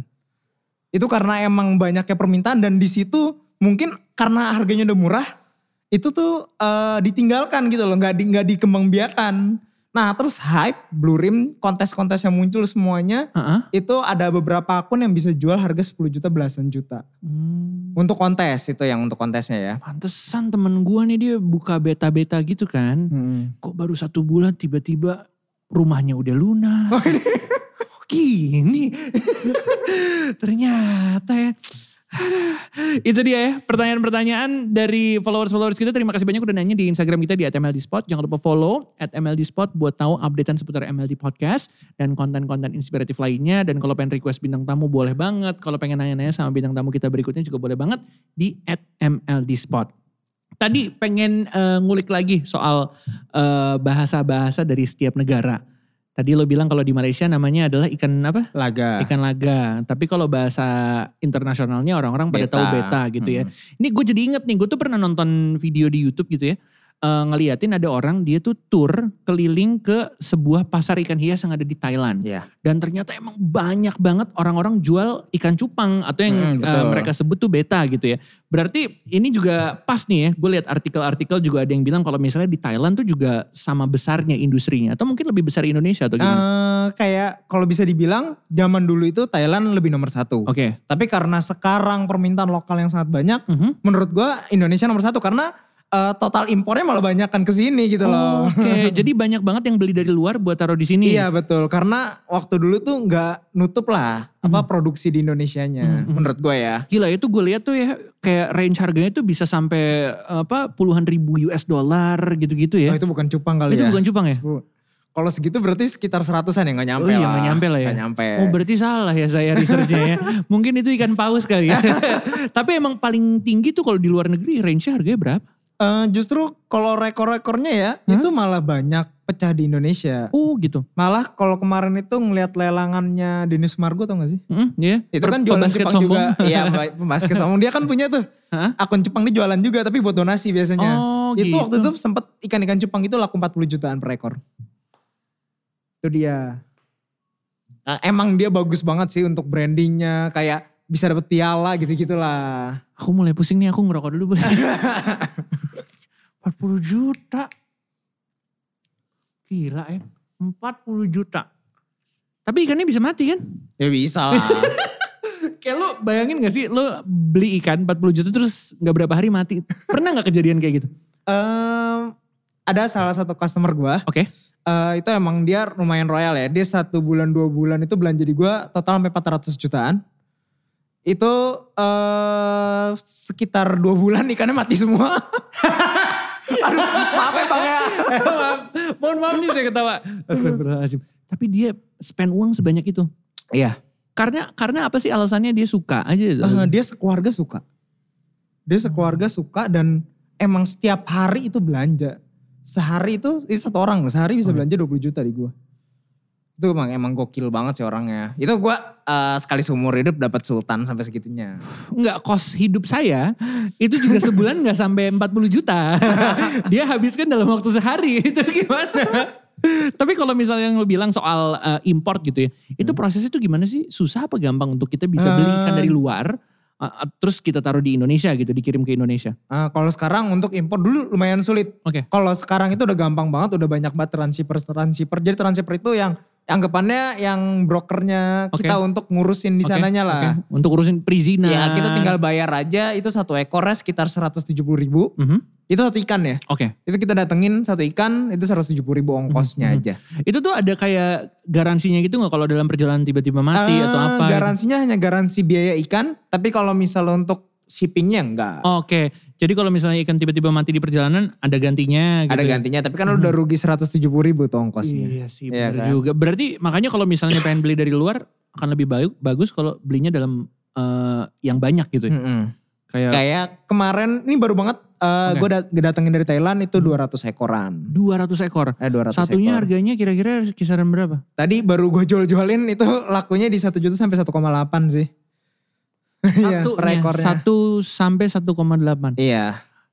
itu karena emang banyaknya permintaan dan di situ mungkin karena harganya udah murah itu tuh eh, ditinggalkan gitu loh nggak di, nggak dikembangbiakan nah terus hype blue rim kontes-kontes yang muncul semuanya Heeh. itu ada beberapa akun yang bisa jual harga 10 juta belasan juta Hmm. untuk kontes itu yang untuk kontesnya ya. Pantesan temen gua nih dia buka beta-beta gitu kan. kok baru satu bulan tiba-tiba rumahnya udah lunas. Kok Gini, ternyata ya. Aduh. Itu dia ya pertanyaan-pertanyaan dari followers-followers kita. Terima kasih banyak udah nanya di Instagram kita di @mldspot. Jangan lupa follow @mldspot buat tahu updatean seputar MLD Podcast dan konten-konten inspiratif lainnya. Dan kalau pengen request bintang tamu boleh banget. Kalau pengen nanya-nanya sama bintang tamu kita berikutnya juga boleh banget di @mldspot. Tadi pengen eh, ngulik lagi soal eh, bahasa-bahasa dari setiap negara. Tadi lo bilang kalau di Malaysia namanya adalah ikan apa? Laga. Ikan laga. Tapi kalau bahasa internasionalnya orang-orang pada tahu beta gitu ya. Ini gue jadi inget nih, gue tuh pernah nonton video di YouTube gitu ya. Eh, ngeliatin ada orang dia tuh tour keliling ke sebuah pasar ikan hias yang ada di Thailand Iya. dan ternyata emang banyak banget orang-orang jual ikan cupang atau yang Mm, eh, betul. mereka sebut tuh beta gitu ya. Berarti ini juga pas nih ya, gue lihat artikel-artikel juga ada yang bilang kalau misalnya di Thailand tuh juga sama besarnya industrinya atau mungkin lebih besar Indonesia atau gimana? Eh, kayak kalau bisa dibilang zaman dulu itu Thailand lebih nomor satu. Oke. Tapi karena sekarang permintaan lokal yang sangat banyak, Mhm. menurut gua Indonesia nomor satu karena eh, total impornya malah banyakkan ke sini gitu loh. Oke, jadi banyak banget yang beli dari luar buat taruh di sini. Iya betul, karena waktu dulu tuh nggak nutup lah apa Mhm. produksi di Indonesianya, Mhm. menurut gua ya. Gila itu gue lihat tuh ya kayak range harganya tuh bisa sampai apa puluhan ribu US dollar gitu-gitu ya. Oh, itu bukan cupang kali ya. itu bukan cupang ya? Sepuluh. Kalau segitu berarti sekitar seratusan ya nggak nyampe Oh iya, lah. nggak nyampe lah ya. Nggak nyampe. Oh berarti salah ya saya [laughs] researchnya ya. Mungkin itu ikan paus kali ya. Tapi emang paling tinggi tuh kalau di luar negeri range-nya harganya berapa? Eh, justru kalau rekor-rekornya ya Hah? itu malah banyak pecah di Indonesia. Oh gitu. Malah kalau kemarin itu ngelihat lelangannya Dennis Margo tau gak sih? Mm, iya. Itu Per- kan jualan pebasket Jepang juga. Iya, pe- pembasket sombong. Dia kan punya tuh Hah? akun Jepang dia jualan juga tapi buat donasi biasanya. Oh itu gitu. waktu itu sempet ikan-ikan Jepang itu laku 40 jutaan per ekor. Itu dia. Nah, emang dia bagus banget sih untuk brandingnya kayak bisa dapet piala gitu-gitulah. Aku mulai pusing nih, aku ngerokok dulu [laughs] boleh. 40 juta. Gila ya. 40 juta. Tapi ikannya bisa mati kan? Ya bisa lah. Kayak lu bayangin gak sih lu beli ikan 40 juta terus gak berapa hari mati. Pernah gak kejadian kayak gitu? Em, ada salah satu customer gua Oke. eh, itu emang dia lumayan royal ya. Dia satu bulan dua bulan itu belanja di gua total sampai 400 jutaan. Itu eh sekitar dua bulan ikannya mati semua. [laughs] Aduh, maaf ya bang ya. maaf. [laughs] Mohon maaf nih saya ketawa. Astagfirullahaladzim. Tapi dia spend uang sebanyak itu. Iya. Karena karena apa sih alasannya dia suka aja. Eh, dia sekeluarga suka. Dia sekeluarga Hmm. suka dan emang setiap hari itu belanja. Sehari itu, ini satu orang, loh, sehari bisa Oke. belanja 20 juta di gua. Itu emang, emang gokil banget sih orangnya. Itu gua eh, sekali seumur hidup dapat sultan sampai segitunya. nggak kos hidup saya itu juga sebulan nggak sampai 40 [laughs] juta. Dia habiskan dalam waktu sehari [laughs] itu gimana? Tapi kalau misalnya yang lo bilang soal eh, import gitu ya, itu prosesnya tuh gimana sih? Susah apa gampang untuk kita bisa beli ikan Hmm. Eh. dari luar, eh, eh, terus kita taruh di Indonesia gitu, dikirim ke Indonesia. Eh, kalau sekarang untuk impor dulu lumayan sulit. Oke. Kalau sekarang itu udah gampang banget, udah banyak banget transshipper transshipper. Jadi transshipper itu yang anggapannya yang brokernya Oke. kita untuk ngurusin di Oke, sananya oke. lah. Untuk urusin perizinan. Ya kita tinggal bayar aja itu satu ekornya sekitar 170 ribu. Mhm, Itu satu ikan ya. Oke. Itu kita datengin satu ikan itu 170 ribu ongkosnya Mhm. aja. Itu tuh ada kayak garansinya gitu nggak kalau dalam perjalanan tiba-tiba mati Eh, atau apa? gitu? Garansinya hanya garansi biaya ikan. Tapi kalau misalnya untuk shippingnya enggak. Oke, jadi kalau misalnya ikan tiba-tiba mati di perjalanan, ada gantinya gitu. Ada ya? gantinya. Tapi kan lu udah rugi 170 ribu tuh ongkosnya. Iya sih, Iya bener kan? juga. Berarti makanya kalau misalnya pengen beli dari luar, akan lebih baik, bagus kalau belinya dalam eh, yang banyak gitu ya. Mm-mm. Kayak Hmm. Kayak kemarin ini baru banget eh, Oke. gue datengin dari Thailand itu Hmm. 200 ekoran. 200 ekor. Eh 200 Satunya ekor. harganya kira-kira kisaran berapa? Tadi baru gue jual-jualin itu lakunya di 1 juta sampai 1,8 sih. [laughs] [laughs] Iya, per Satunya, ekornya. Satu ya, sampai 1,8. Iya,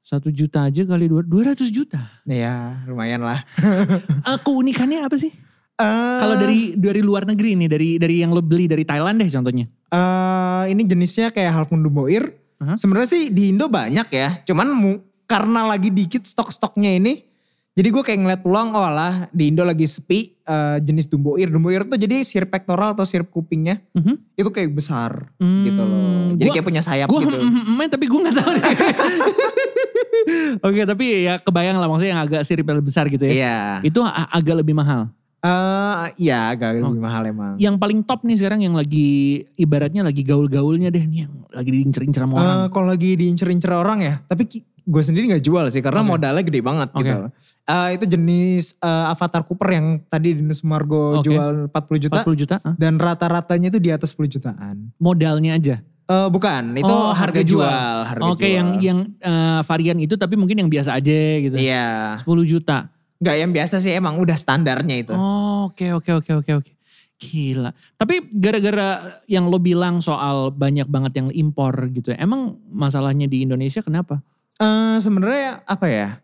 Satu juta aja kali dua, 200 [laughs] juta. iya lumayan lah. Eh, keunikannya apa sih? Eh, Kalau dari dari luar negeri nih, dari dari yang lo beli dari Thailand deh contohnya. eh, ini jenisnya kayak halpun dumboir. Aha. Sebenarnya sih di Indo banyak ya. Cuman mu- karena lagi dikit stok-stoknya ini. Jadi gue kayak ngeliat peluang, oh lah di Indo lagi sepi eh, jenis dumboir. Dumboir tuh jadi sirip pektoral atau sirip kupingnya. Mhm. Itu kayak besar. Hmm, gitu loh. Jadi gua- kayak punya sayap Gue [laughs] gitu. tapi gue gak tahu [laughs] deh. Oke tapi ya kebayang lah maksudnya yang agak sirip yang besar gitu ya. Iya. Itu a- agak lebih mahal. Eh, Iya agak lebih Oh. mahal emang. Yang paling top nih sekarang yang lagi ibaratnya lagi gaul-gaulnya deh nih yang lagi diincer-incer sama orang. Eh, kalau lagi diincer-incer orang ya, tapi gue sendiri nggak jual sih karena Oke. modalnya gede banget Oke. gitu. Eh, itu jenis eh, Avatar Cooper yang tadi Dinus Margo Oke. jual 40 juta 40 juta ah. dan rata-ratanya itu di atas 10 jutaan. modalnya aja. Eh, bukan, itu Oh, harga harga jual, jual. harga Oke jual. yang yang eh, varian itu tapi mungkin yang biasa aja gitu. Iya, 10 juta. nggak yang biasa sih emang udah standarnya itu. Oh, Oke oke oke oke oke. Gila. Tapi gara-gara yang lo bilang soal banyak banget yang impor gitu ya. Emang masalahnya di Indonesia kenapa? Eh, Sebenarnya apa ya?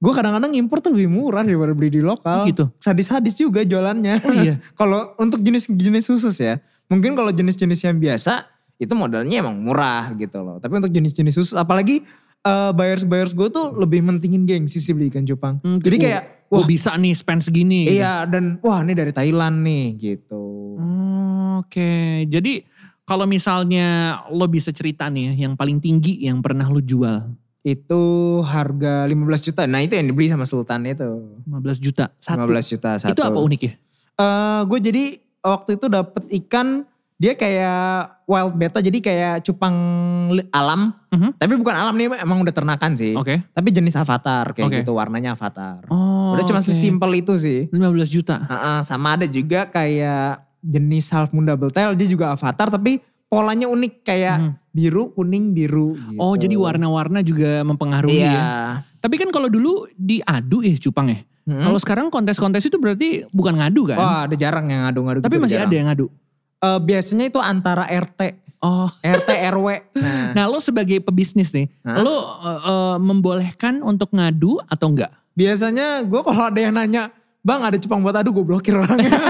Gue kadang-kadang impor tuh lebih murah daripada beli di Oh, lokal. gitu. Sadis-sadis juga [laughs] jualannya. Oh iya. Kalau untuk jenis-jenis khusus ya, mungkin kalau jenis-jenis yang biasa itu modalnya emang murah gitu loh. Tapi untuk jenis-jenis khusus, apalagi eh, buyers-buyers gue tuh lebih mentingin gengsi sih beli ikan Jepang. Hmm, Jadi gitu. kayak, Gue wah bisa nih spend segini. gitu. iya dan wah ini dari Thailand nih gitu. Oh, Oke. Jadi kalau misalnya lo bisa cerita nih yang paling tinggi yang pernah lo jual. Itu harga 15 juta. Nah itu yang dibeli sama Sultan itu. 15 juta. Satu. 15 juta satu. Itu apa uniknya? Eh, gue jadi waktu itu dapet ikan dia kayak wild betta jadi kayak cupang li- alam Mhm. Oh, tapi bukan alam nih emang udah ternakan sih Oke. tapi jenis avatar kayak Oke. gitu warnanya avatar Oh. udah cuma oke. sesimpel itu sih 15 juta. Heeh, sama ada juga kayak jenis half moon double tail dia juga avatar tapi polanya unik kayak Hmm. biru, kuning, biru Ya. gitu. Oh jadi warna-warna juga mempengaruhi Iya. ya. Tapi kan kalau dulu diadu ya cupang ya. Hmm. Kalau sekarang kontes-kontes itu berarti bukan ngadu kan? Wah, ada jarang yang ngadu-ngadu Tapi gitu, masih jarang. ada yang ngadu. Eh, biasanya itu antara RT, Oh. [laughs] RT RW. Nah, Nah lo sebagai pebisnis nih, Hah? lo eh, eh, membolehkan untuk ngadu atau enggak? biasanya gue kalau ada yang nanya, "Bang, ada cupang buat adu?" gue blokir [laughs] orangnya. Hmm.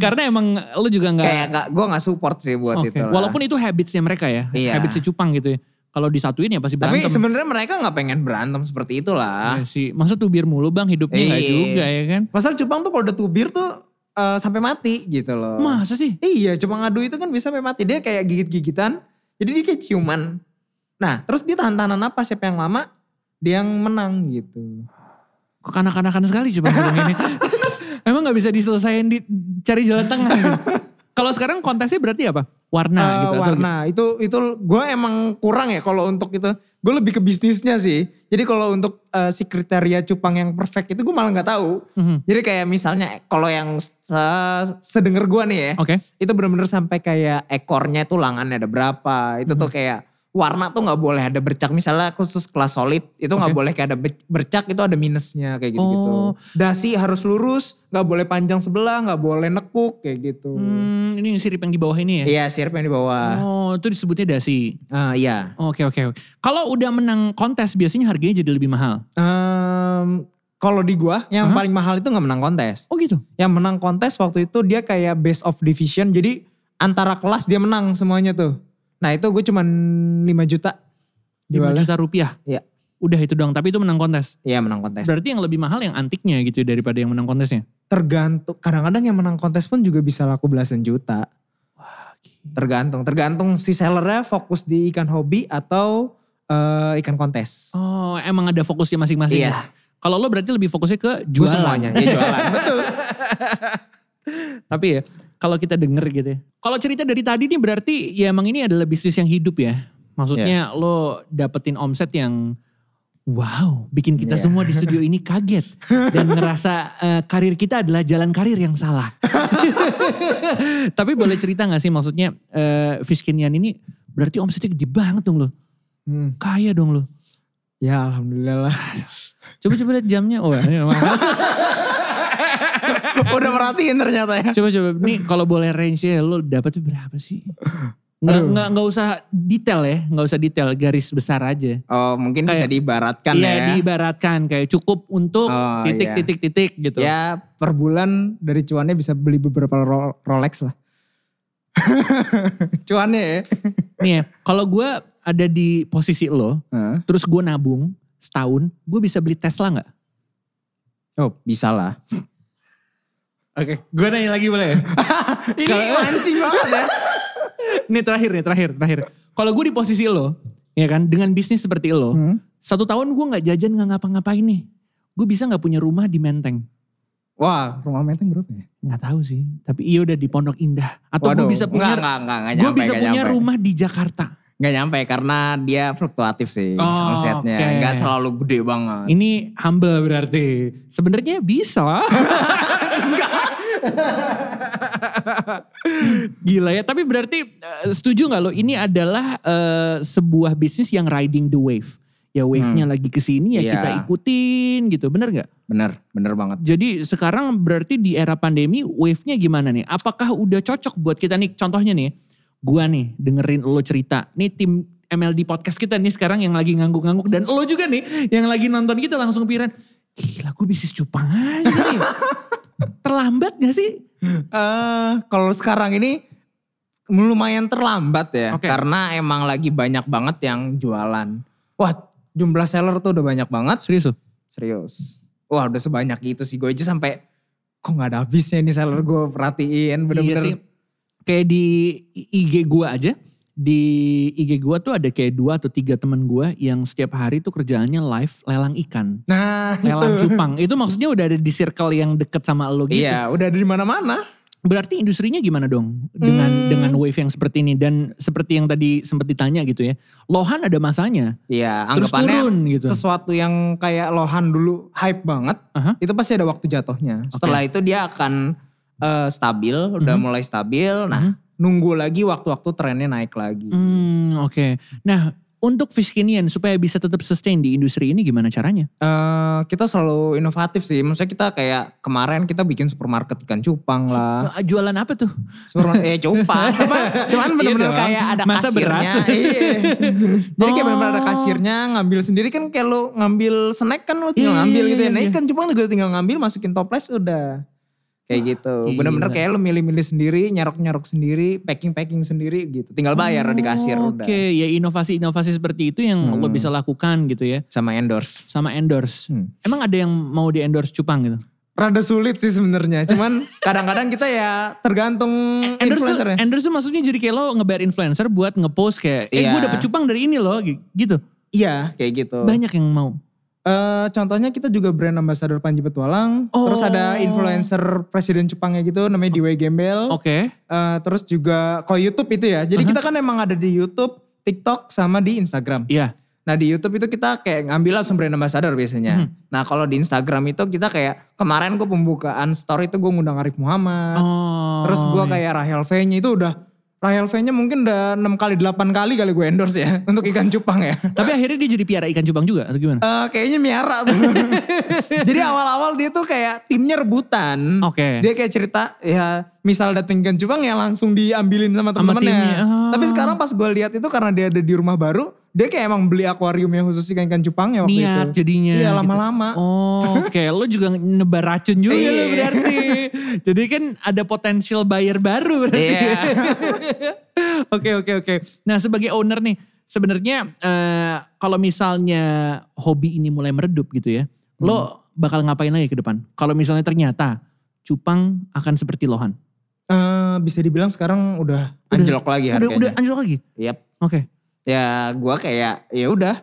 Karena emang lo juga enggak. kayak gak, gue nggak support sih buat Oke. itu. lah. Walaupun itu habitsnya mereka ya, Iya. habits si cupang gitu ya. Kalau disatuin ya pasti tapi berantem. sebenarnya mereka nggak pengen berantem seperti itulah. Iya sih, masa tuh biar mulu bang hidupnya enggak Iya. juga ya kan? Pasal cupang tuh kalau udah tubir tuh eh, sampai mati gitu loh. Masa sih? Iya, cupang adu itu kan bisa sampai mati. Dia kayak gigit-gigitan. Jadi dia kayak ciuman. Nah, terus dia tahan-tahanan apa siapa yang lama, dia yang menang gitu. Kok kanak-kanakan sekali coba ngomong [laughs] ini. Emang nggak bisa diselesain di cari jalan tengah. gitu? Kalau sekarang kontesnya berarti apa? Warna Eh, gitu atau warna itu itu gue emang kurang ya kalau untuk itu gue lebih ke bisnisnya sih jadi kalau untuk eh, si kriteria cupang yang perfect itu gue malah nggak tahu Mhm. jadi kayak misalnya kalau yang se- sedenger gue nih ya Oke. itu bener-bener sampai kayak ekornya tuh langannya ada berapa itu Hmm. tuh kayak warna tuh nggak boleh ada bercak misalnya khusus kelas solid itu nggak Oke. boleh kayak ada be- bercak itu ada minusnya kayak gitu gitu Oh. dasi harus lurus nggak boleh panjang sebelah nggak boleh nekuk kayak gitu Hmm, ini sirip yang di bawah ini ya. iya sirip yang di bawah Oh, itu disebutnya dasi. Ah, iya Oke, oke. oke. Kalau udah menang kontes biasanya harganya jadi lebih mahal. Emm kalau di gua yang Hah? paling mahal itu nggak menang kontes. Oh gitu. Yang menang kontes waktu itu dia kayak base of division. Jadi antara kelas dia menang semuanya tuh. Nah itu gue cuman 5 juta. 5 Jualnya. juta rupiah. Iya. Udah itu doang, tapi itu menang kontes. Iya menang kontes. Berarti yang lebih mahal yang antiknya gitu daripada yang menang kontesnya. Tergantung. Kadang-kadang yang menang kontes pun juga bisa laku belasan juta. Tergantung. Tergantung si sellernya fokus di ikan hobi atau eh, ikan kontes. Oh, emang ada fokusnya masing-masing. ya? Iya. Kalau lo berarti lebih fokusnya ke Gue jualan. semuanya. Ya jualan. [laughs] Betul. Tapi ya kalau kita denger gitu ya. Kalau cerita dari tadi nih berarti ya emang ini adalah bisnis yang hidup ya. Maksudnya lo dapetin omset yang wow, bikin kita Iya. semua di studio ini kaget dan ngerasa eh, karir kita adalah jalan karir yang salah. [laughs] Tapi boleh cerita gak sih maksudnya eh Fiskinian ini berarti omsetnya gede banget dong lo. Hmm, Kaya dong lo. Ya alhamdulillah lah. Coba coba lihat jamnya. Oh, ya, [laughs] Udah merhatiin ternyata ya. Coba coba nih kalau boleh range-nya lo dapat berapa sih? Nggak, Aduh. nggak, nggak usah detail ya, nggak usah detail, garis besar aja. Oh mungkin bisa Kayak- diibaratkan Iya ya. diibaratkan kayak cukup untuk Oh, iya. titik-titik-titik gitu. Ya per bulan dari cuannya bisa beli beberapa Ro- Rolex lah. [laughs] cuannya ya. Nih ya, kalau gue ada di posisi lo, terus gue nabung setahun, gue bisa beli Tesla nggak? Oh bisa lah. Oke, gue nanya lagi [laughs] boleh ya? Ini Kalau- mancing banget ya. nih terakhir nih, terakhir, terakhir. Kalau gue di posisi lo, ya kan, dengan bisnis seperti lo, Hmm. satu tahun gue nggak jajan nggak ngapa-ngapain nih. Gue bisa nggak punya rumah di Menteng? Wah rumah menteng berapa ya? nggak tahu sih tapi iya udah di Pondok Indah atau gue bisa Enggak, punya enggak, enggak, enggak gue nyampe. bisa enggak punya nyampe. rumah di Jakarta Enggak nyampe karena dia fluktuatif sih Oh, omsetnya. oke. Enggak selalu gede banget. ini humble berarti sebenarnya [laughs] bisa gila ya tapi berarti eh, setuju nggak lo ini adalah eh, sebuah bisnis yang riding the wave ya wave-nya lagi ke sini ya Iya. kita ikutin gitu bener nggak Bener, bener banget. jadi sekarang berarti di era pandemi wave-nya gimana nih? Apakah udah cocok buat kita nih? Contohnya nih, gua nih dengerin lo cerita. Nih tim MLD podcast kita nih sekarang yang lagi ngangguk-ngangguk dan lo juga nih yang lagi nonton kita langsung pikiran, gila gue bisnis cupang aja nih. Terlambat gak sih? eh kalau sekarang ini lumayan terlambat ya Oke. karena emang lagi banyak banget yang jualan. Wah, jumlah seller tuh udah banyak banget, Serius lo? serius. Wah, udah sebanyak itu sih gue aja sampai kok nggak ada habisnya nih seller gue perhatiin bener-bener. Iya sih. Kayak di I- IG gua aja, di IG gua tuh ada kayak dua atau tiga teman gua yang setiap hari tuh kerjaannya live lelang ikan. Nah, lelang itu. cupang itu maksudnya udah ada di circle yang deket sama lo [laughs] gitu. Iya, udah ada di mana-mana. Berarti industrinya gimana dong dengan Hmm. dengan wave yang seperti ini dan seperti yang tadi sempat ditanya gitu ya. Lohan ada masanya. Iya, Terus turun anggapannya gitu. sesuatu yang kayak lohan dulu hype banget, Aha. itu pasti Mhm. ada waktu jatuhnya. Setelah itu dia akan eh, stabil, udah mulai stabil. Nah, nunggu lagi waktu-waktu trennya naik lagi. Hmm, oke. Nah, untuk Fiskinian supaya bisa tetap sustain di industri ini gimana caranya? Eh, kita selalu inovatif sih. Maksudnya kita kayak kemarin kita bikin supermarket ikan cupang lah. Eh, Jualan apa tuh? Supermarket eh [laughs] cupang. Apa? Cuman Iya bener-bener dong. kayak ada Masa kasirnya. beras? [laughs] Iya. Jadi kayak bener-bener ada Oh. kasirnya ngambil sendiri kan kayak lo ngambil snack kan lo tinggal Iya, ngambil iya, gitu ya. iya, Nah iya. ikan cupang juga tinggal ngambil masukin toples udah. Kayak gitu. Bener-bener gila. kayak lo milih-milih sendiri, nyerok-nyerok sendiri, packing-packing sendiri gitu. Tinggal bayar di kasir Oh, udah. Oke, ya inovasi-inovasi seperti itu yang lo Hmm. bisa lakukan gitu ya. Sama endorse. Sama endorse. Hmm. Emang ada yang mau di endorse cupang gitu? Rada sulit sih sebenarnya. [laughs] Cuman kadang-kadang kita ya tergantung Eh, Endorse tuh, influencer ya. endorse tuh maksudnya jadi kayak lo ngebayar influencer buat ngepost kayak, eh Iya. gue dapet cupang dari ini loh gi- gitu. Iya kayak gitu. Banyak yang mau. Eh, contohnya kita juga brand ambassador Panji Petualang. Oh. Terus ada influencer presiden Jepangnya gitu namanya Dwi Gembel. Oke. Eh, terus juga kalau YouTube itu ya. Jadi kita kan emang ada di YouTube, TikTok sama di Instagram. Iya. Nah di YouTube itu kita kayak ngambil langsung brand ambassador biasanya. Mhm. Nah kalau di Instagram itu kita kayak kemarin gue pembukaan store itu gue ngundang Arif Muhammad. Oh. Terus gue iya. kayak Rahel V-nya itu udah Rahel V-nya mungkin udah 6 kali 8 kali kali gue endorse ya [laughs] untuk ikan cupang ya. Tapi akhirnya dia jadi piara ikan kan cupang juga atau gimana? Eh, kayaknya miara [laughs] tuh. Jadi awal-awal dia tuh kayak timnya rebutan. Eh, Oke. Dia kayak cerita ya misal dateng Gan Cupang ya langsung diambilin sama Sama timnya, temen-temennya. ah. Tapi sekarang pas gue lihat itu karena dia ada di rumah baru, dia kayak emang beli akuarium yang khusus ikan ikan cupang ya waktu Niat itu. jadinya. Iya gitu. lama-lama. Oh, oke. Lo juga nebar racun juga Iya. lo berarti. Jadi kan ada potensial buyer baru berarti. Iya. [laughs] Oke, oke, oke. Nah, sebagai owner nih, sebenarnya eh, kalau misalnya hobi ini mulai meredup gitu ya, Hmm. lo bakal ngapain lagi ke depan? Kalau misalnya ternyata cupang akan seperti lohan. Eh, bisa dibilang sekarang udah, anjlok lagi Udah, Iya, harganya. udah anjlok lagi? Yap. Oke. Ya gue kayak ya udah.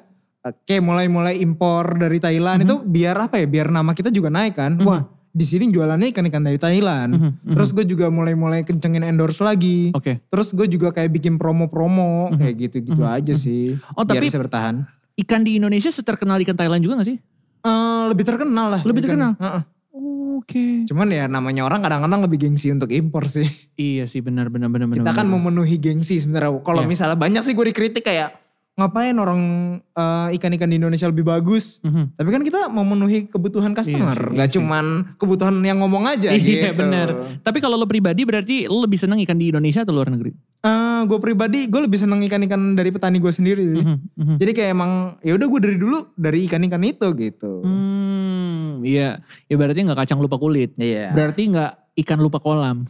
Oke mulai-mulai impor dari Thailand Mhm. itu biar apa ya? Biar nama kita juga naik kan. Mhm. Wah di sini jualannya ikan-ikan dari Thailand. Mhm, mhm. Hmm. Terus gue juga mulai-mulai kencengin endorse lagi. Oke. Terus gue juga kayak bikin promo-promo Mhm. kayak gitu-gitu Mhm. aja Mhm. sih. Oh, biar tapi bisa bertahan. ikan di Indonesia seterkenal ikan Thailand juga gak sih? Eh, lebih terkenal lah. Lebih ikan. terkenal? Heeh. Oke. Cuman ya namanya orang kadang-kadang lebih gengsi untuk impor sih. Iya sih benar benar benar Kita benar, kan benar. memenuhi gengsi sebenarnya. Kalau Iya. misalnya banyak sih gue dikritik kayak ngapain orang eh, ikan-ikan di Indonesia lebih bagus. Mhm. Tapi kan kita memenuhi kebutuhan customer, sih, iya nggak sih. cuman kebutuhan yang ngomong aja gitu. Iya benar. Tapi kalau lo pribadi berarti lo lebih senang ikan di Indonesia atau luar negeri? Eh, gue pribadi gue lebih seneng ikan-ikan dari petani gue sendiri sih. Mhm, mhm. Jadi kayak emang ya udah gue dari dulu dari ikan-ikan itu gitu. Hmm, iya. Ya berarti nggak kacang lupa kulit. Iya. Berarti nggak ikan lupa [laughs] kolam.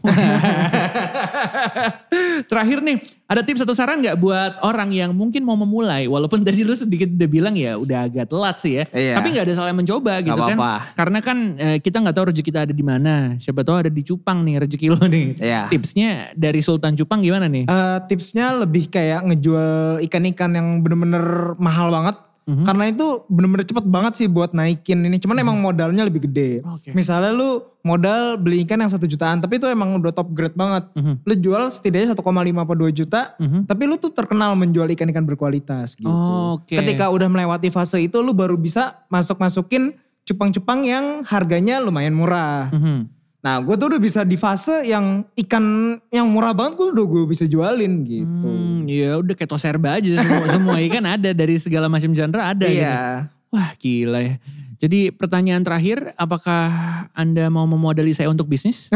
Terakhir nih, ada tips atau saran nggak buat orang yang mungkin mau memulai, walaupun tadi lu sedikit udah bilang ya udah agak telat sih ya, Iya. tapi nggak ada salah mencoba Nggak gitu kan? apa-apa. Karena kan eh, kita nggak tahu rezeki kita ada di mana. Siapa tahu ada di Cupang nih rezeki lo nih. Iya. Tipsnya dari Sultan Cupang gimana nih? Eh, tipsnya lebih kayak ngejual ikan-ikan yang bener-bener mahal banget. Mhm. Karena itu bener-bener cepet banget sih buat naikin ini. Cuman emang modalnya lebih gede. Hmm. Oke. Misalnya lu modal beli ikan yang satu jutaan, tapi itu emang udah top grade banget. Mhm. Lu jual setidaknya 1,5 apa 2 juta, Mhm. tapi lu tuh terkenal menjual ikan-ikan berkualitas gitu. Oh, oke. Ketika udah melewati fase itu, lu baru bisa masuk-masukin cupang-cupang yang harganya lumayan murah. Mhm. Nah, gue tuh udah bisa di fase yang ikan yang murah banget, gue udah gue bisa jualin gitu. Hmm, ya udah kayak toserba aja semua, semua ikan ada dari segala macam genre ada gitu. Iya. Wah gila ya. Jadi pertanyaan terakhir, apakah Anda mau memodali saya untuk bisnis?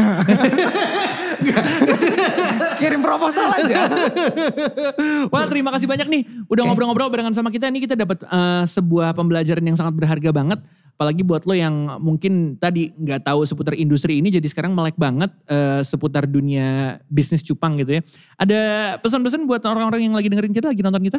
[laughs] Kirim proposal aja. Wah terima kasih banyak nih udah Oke. ngobrol-ngobrol barengan sama kita. Ini kita dapat eh, sebuah pembelajaran yang sangat berharga banget. Apalagi buat lo yang mungkin tadi nggak tahu seputar industri ini jadi sekarang melek banget eh, seputar dunia bisnis cupang gitu ya. Ada pesan-pesan buat orang-orang yang lagi dengerin kita, lagi nonton kita?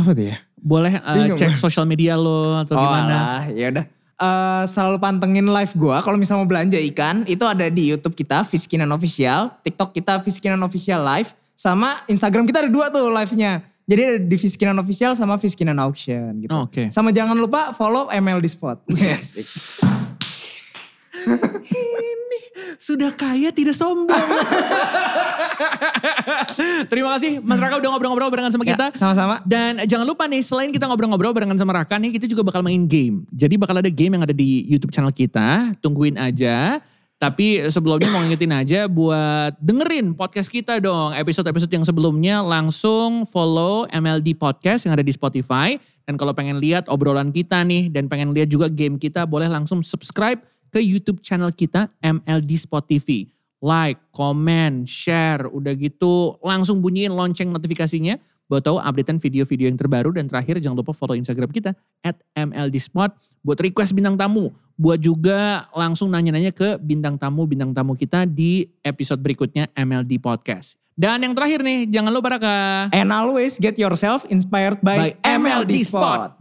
Apa tuh ya? Boleh eh, Bingung. cek sosial media lo atau gimana? ya udah. Eh, selalu pantengin live gue. Kalau misalnya mau belanja ikan, itu ada di YouTube kita Fiskinan Official, TikTok kita Fiskinan Official Live, sama Instagram kita ada dua tuh live-nya. Jadi ada di Fiskinan Official sama Fiskinan Auction gitu. Oke. Sama jangan lupa follow ML di [laughs] Spot. Asik. ini sudah kaya tidak [laughs] sombong. Terima kasih Mas Raka udah ngobrol-ngobrol barengan sama Ya, kita. sama-sama. Dan jangan lupa nih selain kita ngobrol-ngobrol barengan sama Raka nih kita juga bakal main game. Jadi bakal ada game yang ada di YouTube channel kita. Tungguin aja. Tapi sebelumnya mau ngingetin aja buat dengerin podcast kita dong. Episode-episode yang sebelumnya langsung follow MLD Podcast yang ada di Spotify. Dan kalau pengen lihat obrolan kita nih dan pengen lihat juga game kita boleh langsung subscribe ke YouTube channel kita MLD Spot TV. Like, comment, share, udah gitu langsung bunyiin lonceng notifikasinya buat tahu updatean video-video yang terbaru dan terakhir jangan lupa follow Instagram kita at MLDspot buat request bintang tamu buat juga langsung nanya-nanya ke bintang tamu bintang tamu kita di episode berikutnya MLD Podcast dan yang terakhir nih jangan lupa Raka And always get yourself inspired by, By MLD Spot.